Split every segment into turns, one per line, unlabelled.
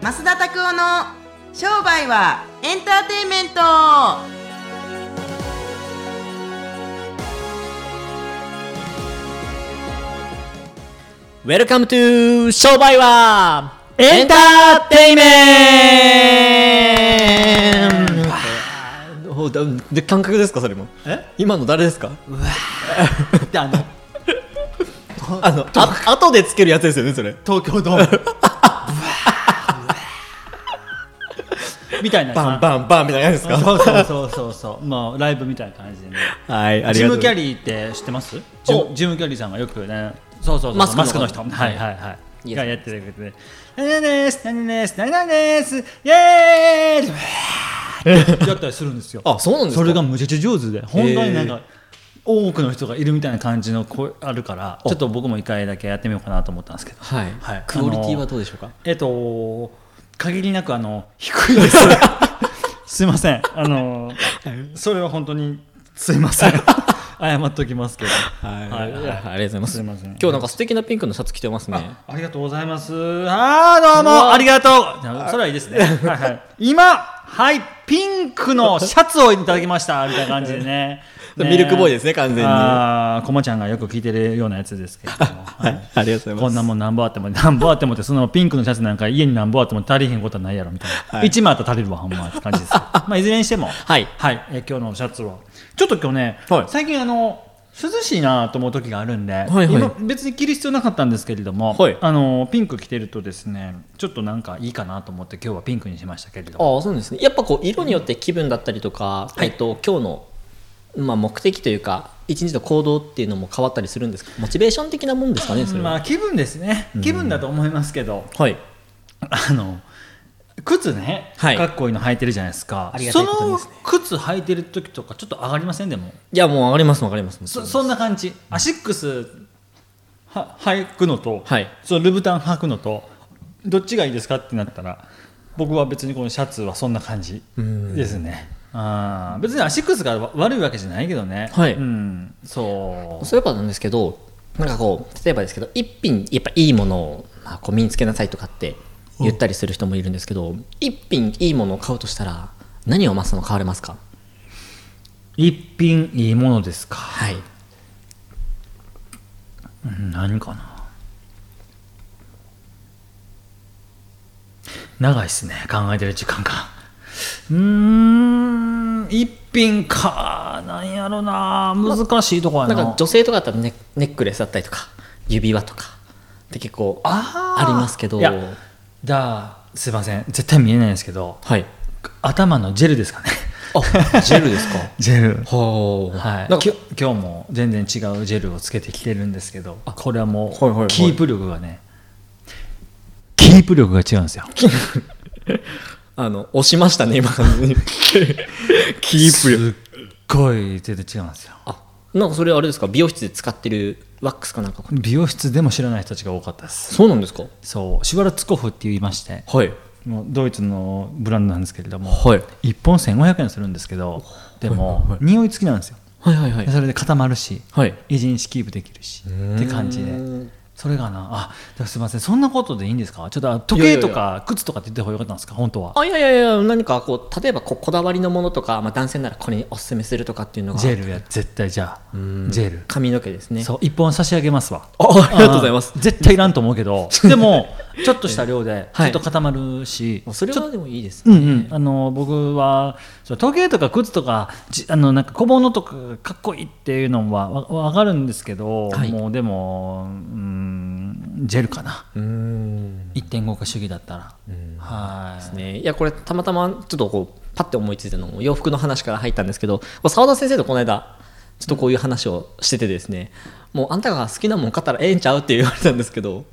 増田拓夫の商売はエンターテインメント
ウェルカムトゥー商売は
エンタ
ーテイメ
おだで感覚ですかそれも
え
今の誰ですか
ってあの
あのあ後でつけるやつですよねそれ
東京 ドームみたいな
バンバ
感
ンバンみたいなやつです
じ
か
そうそうそうそうそうもうライブみたいな感じでね
はいあり
ジ
がとう
ム・
ござ
キ
い
ャ
ま
リーって知ってますジム
お
ジム・キャリーさんがよくねそうそうそう
マスクの
マスクの人
はい
はいはいはい
イエス
がやってるけどね何々です何々です何々ですイエーイってやったりするんですよ
あそうなんですか
それがむちゃくちゃ上手で本当になんか多くの人がいるみたいな感じの声あるからちょっと僕も一回だけやってみようかなと思ったんですけど
すはい、
はい
クオリティはどうでしょうか
えっと限りなくあの低いです すいませんあのそれは本当にすい ません謝っときますけど
はい、
は
はいあ
い
りがとうございます
すいません
今日なんか素敵なピンクのシャツ着てますね
ありがとうございます。ああ、どう
う
も、
わ
ありがとう。それはいいですね。はいはい、今、はい、ピン クのシャツをいただきました、みたいな感じでね。ね
ミルクボーイですね完全に
ああ、こまちゃんがよく聞いてるようなやつですけれども。は
はいいありがとうござい
こ
ま
ん
す
なもん何ぼあっても何ぼあってもってそのピンクのシャツなんか家に何ぼあっても足りへんことはないやろみたいな、
はい
一1枚あったら足りるわほんまって感じです まあいずれにしてもはいえ今日のシャツはちょっと今日ね、
はい
最近あの涼しいなと思う時があるんで、
はい
今別に着る必要なかったんですけれども、
はい
あのピンク着てるとですねちょっとなんかいいかなと思って今日はピンクにしましたけれども
ああそうですねやっぱこう色によって気分だったりとか、えっと、今日の、まあ、目的というか一日の行動っていうのも変わったりするんですかモチベーション的なもんですかねそれは、
まあ気分ですね気分だと思いますけど、
はい
あの靴ね、
はい
かっこいいの履いてるじゃないですか
ありがた
そ
いことに
の
ですね
靴履いてる時とかちょっと上がりませんでも
いやもう上がります上がります
そそんな感じアシックスは履くのと、
はい
そのルブタン履くのとどっちがいいですかってなったら僕は別にこのシャツはそんな感じですねあー別にアシックスが悪いわけじゃないけどね、
はい
うん、そう
そういえばなんですけどなんかこう例えばですけど一品やっぱいいものを、まあ、こう身につけなさいとかって言ったりする人もいるんですけど一品いいものを買うとしたら何をマスの買われますか
一品いいものですか
はい
うん何かな長いっすね考えてる時間がうーん一品かなんやろな難しいとこや
な
なん
か女性とかだったらネネックレスだったりとか指輪とかって結構
あ
ありますけど
いやだすいません絶対見えないんですけど
はい
頭のジェルですかね
あ ジェルですか
ジェ ル
はあ、
はい、
なんか
きょ今日も全然違うジェルをつけてきてるんですけどこれはもう、
はいはいはい
キープ力がねキープ力が違うんですよ
あの押しました ね今完全にキープ
すっごい全然違うんですよ
あなんかそれあれですか美容室で使ってるワックスかなんか
美容室でも知らない人たちが多かったです
そうなんですか
そうシュワルツコフって言いまして
はい
もうドイツのブランドなんですけれども、
はい
1本1500円するんですけどでも、匂い付きなんですよ
はいはいは
でそれで固まるし、
はい
維持しキープできるしって感じでそれがなあだからすいませんそんなことでいいんですかちょっとあ時計と
いや
か靴とかって言った方がよかったんですか本当は
あいやいやいや何かこう例えばこうこだわりのものとか、まあ、男性ならこれにおすすめするとかっていうのが
ジェルや絶対じゃあジェル
髪の毛ですね
そう1本差し上げますわ
あありがとうございます
あー絶対いらんと思うけどでもちょっとした量で ちょ
はい
っと固まるし、
もうそれ
ちょ
はでもいいです
う
ね、
んうん、あの僕はそう時計とか靴とかじあのなんか小物とかかっこいいっていうのはわわかるんですけど、
はい
もうでもうんジェルかな1.5化主義だったらはい
ですねいやこれたまたまちょっとこうパッて思いついたのも洋服の話から入ったんですけど澤田先生とこの間ちょっとこういう話をしててですねもうあんたが好きなもん買ったらええんちゃうって言われたんですけど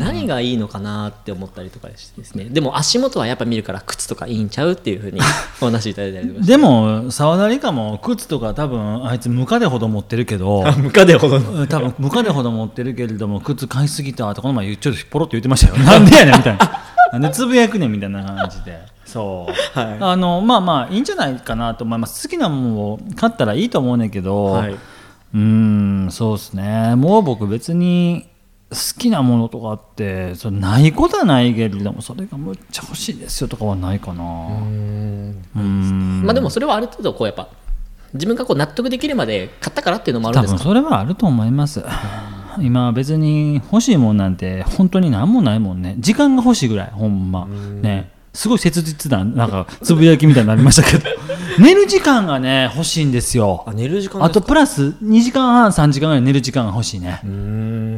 何がいいのかなって思ったりとかしてですねでも足元はやっぱ見るから靴とかいいんちゃうっていうふう にお話いただいたりとかして
でも沢田理香も靴とか多分あいつムカデほど持ってるけ ど
無課でほど
うん多分ムカデほど持ってるけれども靴買いすぎたとこの前言っちょっとポロって言ってました よなんでやねんみたいななんでつぶやくねんみたいな感じでそう、
はい
あのまあまあいいんじゃないかなと思います好きなものを買ったらいいと思うねんけど、
はいう
ーんそうですねもう僕別に好きなものとかってそれないことはないけれどもそれがむっちゃ欲しいですよとかはないかなうん
まあでもそれはある程度こうやっぱ自分がこう納得できるまで買ったからっていうのもあるん
多
です
分
か
それはあると思います 今別に欲しいもんなんて本当に何もないもんね時間が欲しいぐらいほんまねすごい切実ななんかつぶやきみたいになりました けど寝る時間がね欲しいんですよ
寝る時間
あとプラス2時間半3時間ぐらい寝る時間が欲しいね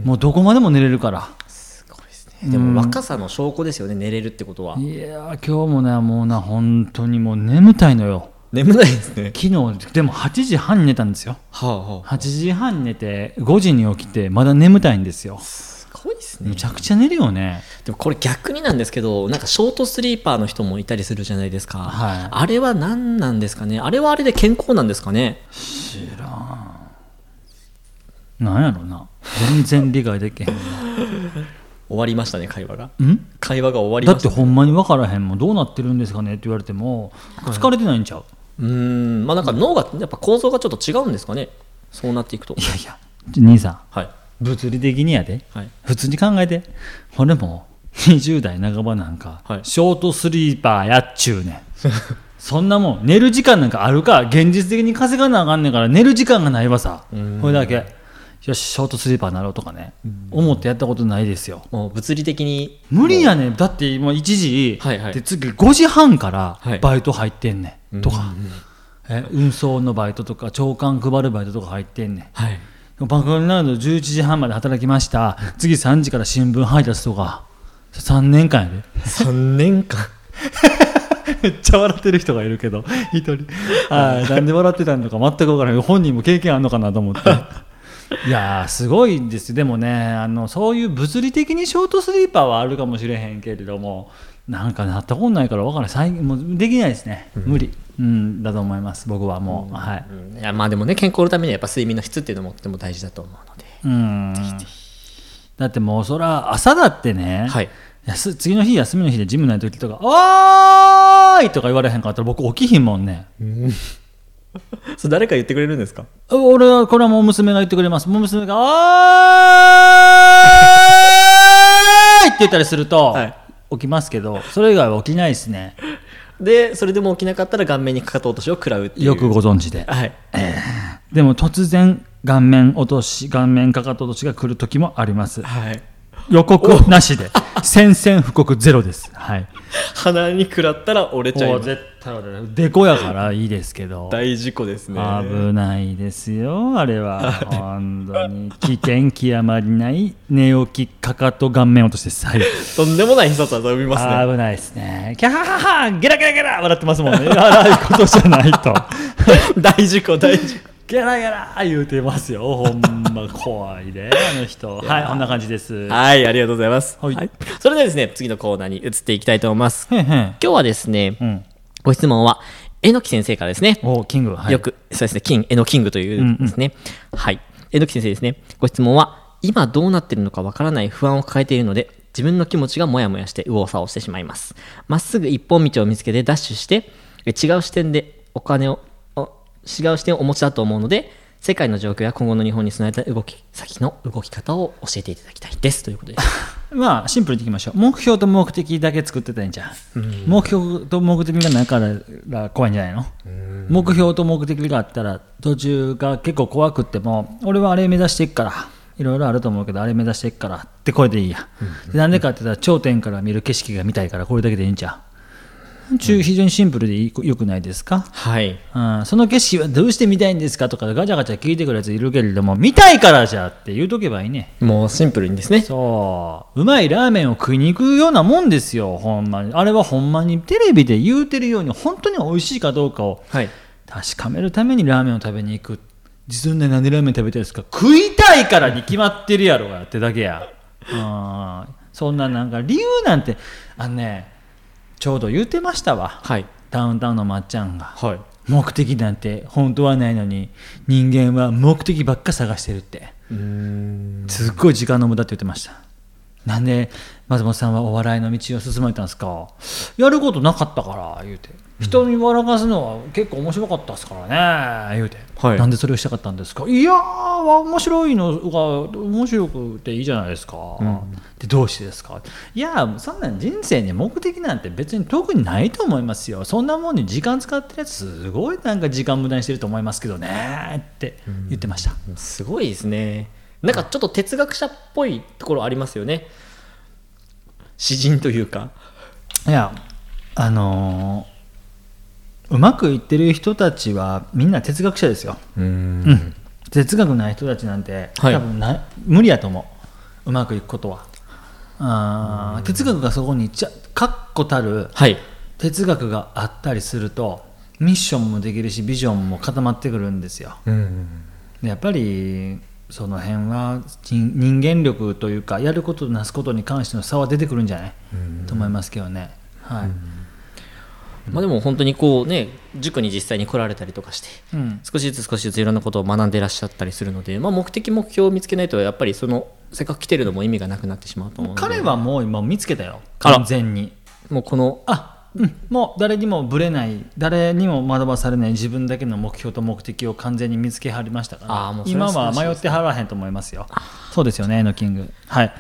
もうどこまでも寝れるから
すごいですねでも若さの証拠ですよね寝れるってことはい
やー今日もねもうな本当にもう眠たいのよ
眠ないですね
昨日でも8時半に寝たんですよ
はあはあ
8時半に寝て5時に起きてまだ眠たいんですよ
すごいですね
むちゃくちゃ寝るよね
でもこれ逆になんですけどなんかショートスリーパーの人もいたりするじゃないですか、
はい
あれは何なんですかねあれはあれで健康なんですかね
なんやろな全然理解できへん
終わりましたね会話が
なん
会話が終わり
だ
ま
っ
してた
ほんまに分からへんもんどうなってるんですかねって言われても疲れてないんちゃう、
うーんまあなんか脳がやっぱ構造がちょっと違うんですかねそうなっていくと
い、やいや兄さん
はい
物理的にやで
はい、
普通に考えて俺も20代半ばなんか、
はい
ショートスリーパーやっちゅうねんそんなもん寝る時間なんかあるか現実的に稼がなあかんねんから寝る時間がないわさこれだけよしショートスリーパーになろうとかね思ってやったことないですよ
もう物理的に
無理やねんだって今1時、
はいはい
で次5時半から
はい
バイト入ってんねん、とか、え運送のバイトとか朝刊配るバイトとか入ってんねん
はい
番組になると11時半まで働きました次3時から新聞配達とか3年間やで
3年間
めっちゃ笑ってる人がいるけど一人はいなんで笑ってたのか全く分からない本人も経験あるのかなと思って いやーすごいですでもねあのそういう物理的にショートスリーパーはあるかもしれへんけれどもなんかなったことないから分からない最近もうできないですね無理、うん、だと思います僕はもう、はい
いやまあでもね健康のためにはやっぱ睡眠の質っていうのもとても大事だと思うので
うんだってもうそら朝だってね、
はい
休次の日休みの日でジムない時とか「おーい!」とか言われへんかったら僕起きひんもんね
それ誰か言ってくれるんですか
俺はこれはもう娘が言ってくれますもう娘が「おーい!」って言ったりすると、
はい
起きますけどそれ以外は起きないですね
でそれでも起きなかったら顔面にかかと落としを食らうっていう
よくご存知で
はい
でも突然顔面落とし顔面かかと落としが来る時もあります
はい
予告なしで宣戦布告ゼロですはい
鼻に食らったら折れちゃい
も
ま
う
す
絶対俺らデコやからいいですけど
大事故ですね
危ないですよあれ は本当に危険極まりない寝起きかかと顔面落として最後
とんでもない必殺技を生みますね
危ないですねキャハハハゲラゲラゲラ笑ってますもん ね荒いことじゃないと
大事故大事故
ゲラゲラ言うてますよほんま怖いであの人はいこんな感じですは
はいありがとうございます、
はい
それではですね次のコーナーに移っていきたいと思います
へんへん
今日はですね、
うん
ご質問はえのき先生からですね
おキングはい
よく、そうですね、キン、エノキングというんですね。はい。えのき先生ですね。ご質問は、今どうなってるのかわからない不安を抱えているので、自分の気持ちがモヤモヤして右往左往してしまいます。まっすぐ一本道を見つけてダッシュして、え違う視点でお金を、お違う視点をお持ちだと思うので、世界の状況や今後の日本に備えた動き、先の動き方を教えていただきたいです。ということです。
まあシンプルにいきましょう目標と目的だけ作ってたらいいんじゃん、目標と目的がないから怖いんじゃないの、目標と目的があったら途中が結構怖くっても俺はあれ目指していくからいろいろあると思うけどあれ目指していくからってこれでいいやんでなんでかって言ったら頂点から見る景色が見たいからこれだけでいいんじゃん中非常にシンプルでいいよくないですか、
はい。
うん、その景色はどうして見たいんですかとかガチャガチャ聞いてくるやついるけれども見たいからじゃって言うとけばいいね
もうシンプルにですね。
そううまいラーメンを食いに行くようなもんですよほんまにあれはほんまにテレビで言うてるように本当に美味しいかどうかを
はい。
確かめるためにラーメンを食べに行く自分で何でラーメン食べたいですか食いたいからに決まってるやろがってだけやうんそんななんか理由なんてあのねちょうど言うてましたわ
はい。
ダウンタウンのまっちゃんが
はい。
目的なんて本当はないのに人間は目的ばっか探してるって
うーん。
すっごい時間の無駄って言ってましたなんで松本さんはお笑いの道を進まれたんですかやることなかったから言うて人に笑かすのは結構面白かったですからね言うて、
はい
なんでそれをしたかったんですかいやー面白いのが面白くていいじゃないですか、でどうしてですかいやーそんなん人生に目的なんて別に特にないと思いますよそんなもんに時間使ってるやつすごいなんか時間無駄にしてると思いますけどねって言ってました、
すごいですねなんかちょっと哲学者っぽいところありますよね詩人というか
いやあのーうまくいってる人たちはみんな哲学者ですよ、
うん
うん哲学ない人たちなんて、
はい
多分な無理やと思ううまくいくことはあー哲学がそこにちゃ確固たる
はい
哲学があったりするとミッションもできるしビジョンも固まってくるんですよでやっぱりその辺は人人間力というかやることとなすことに関しての差は出てくるんじゃないと思いますけどね、はい
まあ、でも本当にこうね塾に実際に来られたりとかして
うん
少しずつ少しずついろんなことを学んでいらっしゃったりするので、まあ、目的目標を見つけないとやっぱりそのせっかく来てるのも意味がなくなってしまうと思うので
彼はもう今見つけたよ
あら
完全に
もうこの
あうんもう誰にもぶれない誰にも惑わされない自分だけの目標と目的を完全に見つけはりましたから
あーもうそれ
今
は素晴
は
らしいですね
迷ってはらへんと思いますよそうですよねエノキングはい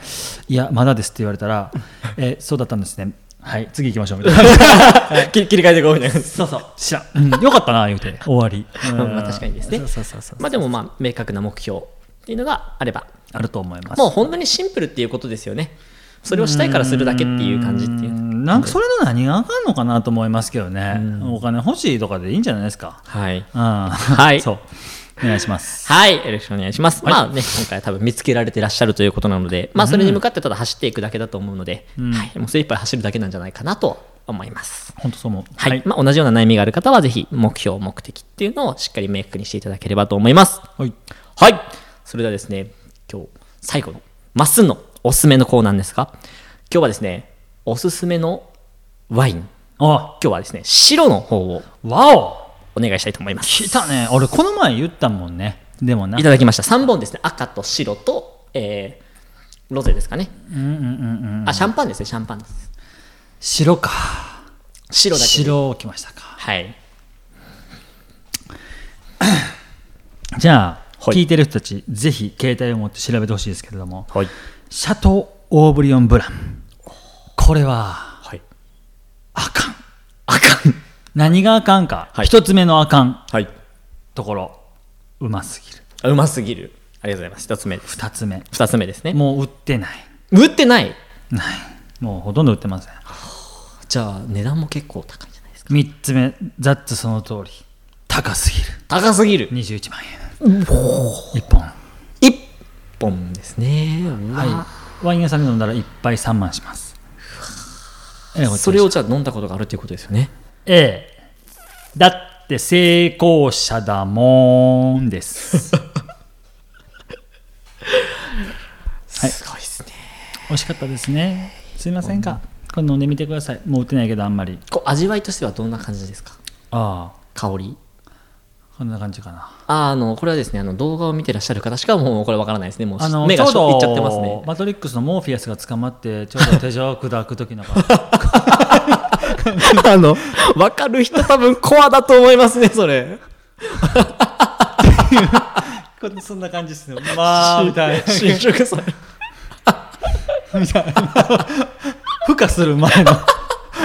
いやまだですって言われ たらえそうだったんですねはい次行きましょうみたい な
切り替えていこうみたいな
そうそう知らん、うん、よかったな言うて終わり、うん
まあ確かにですね
そうそうそうそう
まあでもまあ明確な目標っていうのがあれば
あると思います
もう本当にシンプルっていうことですよねそれをしたいからするだけっていう感じっていう
うんなんかそれの何があかんのかなと思いますけどねお金欲しいとかでいいんじゃないですか
はい
はいそう。お願いします。
はい、よろしくお願いします。まあね、今回は多分見つけられてらっしゃるということなので、まあそれに向かってただ走っていくだけだと思うので、はい、もう精一杯走るだけなんじゃないかなと思います。
本当そう思う。
はい、まあ同じような悩みがある方は、ぜひ目標、目的っていうのをしっかり明確にしていただければと思います。
はい。
はい、それではですね、今日最後のまっすんのおすすめのコーナーですが、今日はですね、おすすめのワイン、
あ、
今日はですね、白の方を
わお
お願いしたいと思います。
来たね。俺、この前言ったもんね。でもな。
いただきました。3本ですね。赤と白と、えーロゼですかね。
うんうんうんうん。
あ、シャンパンですね。シャンパンです。
白か。
白だけで。
白来ましたか。
はい。
じゃあ、
はい
聞いてる人たち、ぜひ携帯を持って調べてほしいですけれども、
はい。
シャトー・オーブリオン・ブラン。これは、
はい。
あかん。
あかん。
何があかんか。
はい
一つ目のあかん
はい。
ところ、うますぎる。
うますぎる。ありがとうございます。一つ目です。
二つ目、
二つ目ですね。
もう売ってない。
売ってない。
ない。もうほとんど売ってません。
じゃあ、値段も結構高いんじゃないですか。
3つ目ザッツその通り高すぎる
高すぎる。
21万円1本
一本ですね。は
はいワイン屋さんで飲んだら1杯3万しますええ
い。それをじゃあ飲んだことがあるということですよね。
ええだって成功者だもんです
すごいですね。
美味しかったですねすいませんかこれ飲んでみてくださいもう売ってないけどあんまり
こう味わいとしてはどんな感じですか
ああ
香り。
こんな感じかな
ああのこれはですねあの動画を見てらっしゃる方しかもうこれわからないですねもう
あの
目がしょいっちゃってます
ちょう
ね
どマトリックスのモーフィアスが捕まってちょうど手錠を砕く時の感じ
あのわかる人多分コアだと思いますねそれ
こんそんな感じですねまあみ たいな
新宿さん
みたいな。孵化する前の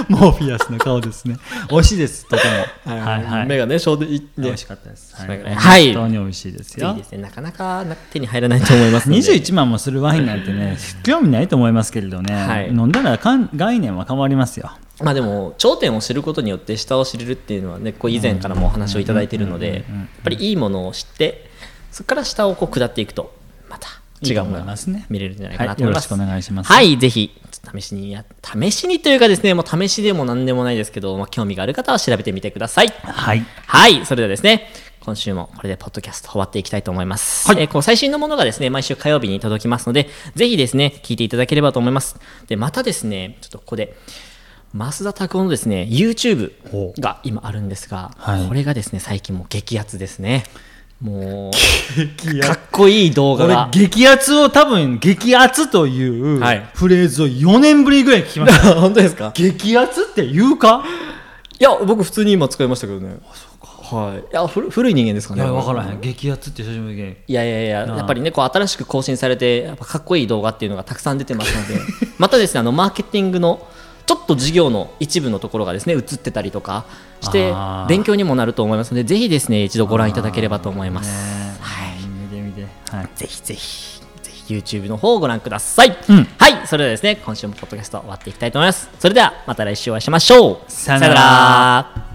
モーフィアスの顔ですね。美味しいです、とても。はいはい。
目がねしょうでい
美
ね
味しかったです。
それぐらいはい
本当に美味しいです
いい
よ
で。すねなかなかな手に入らないと思います ので
21万もするワインなんてね、興味ないと思いますけれどね、
はい
飲んだらかん概念は変わりますよ。
まあでも頂点を知ることによって下を知れるっていうのはねこう以前からもお話をいただいているのでやっぱりいいものを知ってそこから下をこう下っていくとまた違うものが見れるんじゃないかなと思います
はいよろしくお願いします
はいぜひちょっと試しにや試しにというかですねもう試しでも何でもないですけど、まあ、興味がある方は調べてみてください
はい。
はい、それではですね、今週もこれでポッドキャスト終わっていきたいと思います。えーこう最新のものがですね、毎週火曜日に届きますので、ぜひですね、聞いていただければと思います。で、またですね、ちょっとここで、増田拓夫のですね、YouTube が今あるんですが、
はい
これがですね、最近もう激アツですね。もうかっこいい動画
俺
が
激アツを多分激アツという
はい
フレーズを4年ぶりぐらい聞きました、
本当ですか
激アツって言うか
いや僕普通に今使いましたけどねはいいや古古い人間ですか
い
ね
や分からへん激アツって久しぶりに
いやいやいや、
なあ
やっぱりね、こう新しく更新されて、やっぱかっこいい動画っていうのがたくさん出てますので、 またですね、あのマーケティングのちょっと事業の一部のところがですね、映ってたりとかして
あー、
勉強にもなると思いますので、ぜひですね、一度ご覧いただければと思います。
ねはい見て見てはい
ぜひぜひ、ぜひ YouTube の方をご覧ください。
うん
はい、それではですね、今週もポッドキャスト終わっていきたいと思います。それでは、また来週お会いしましょう。
さよなら
ら。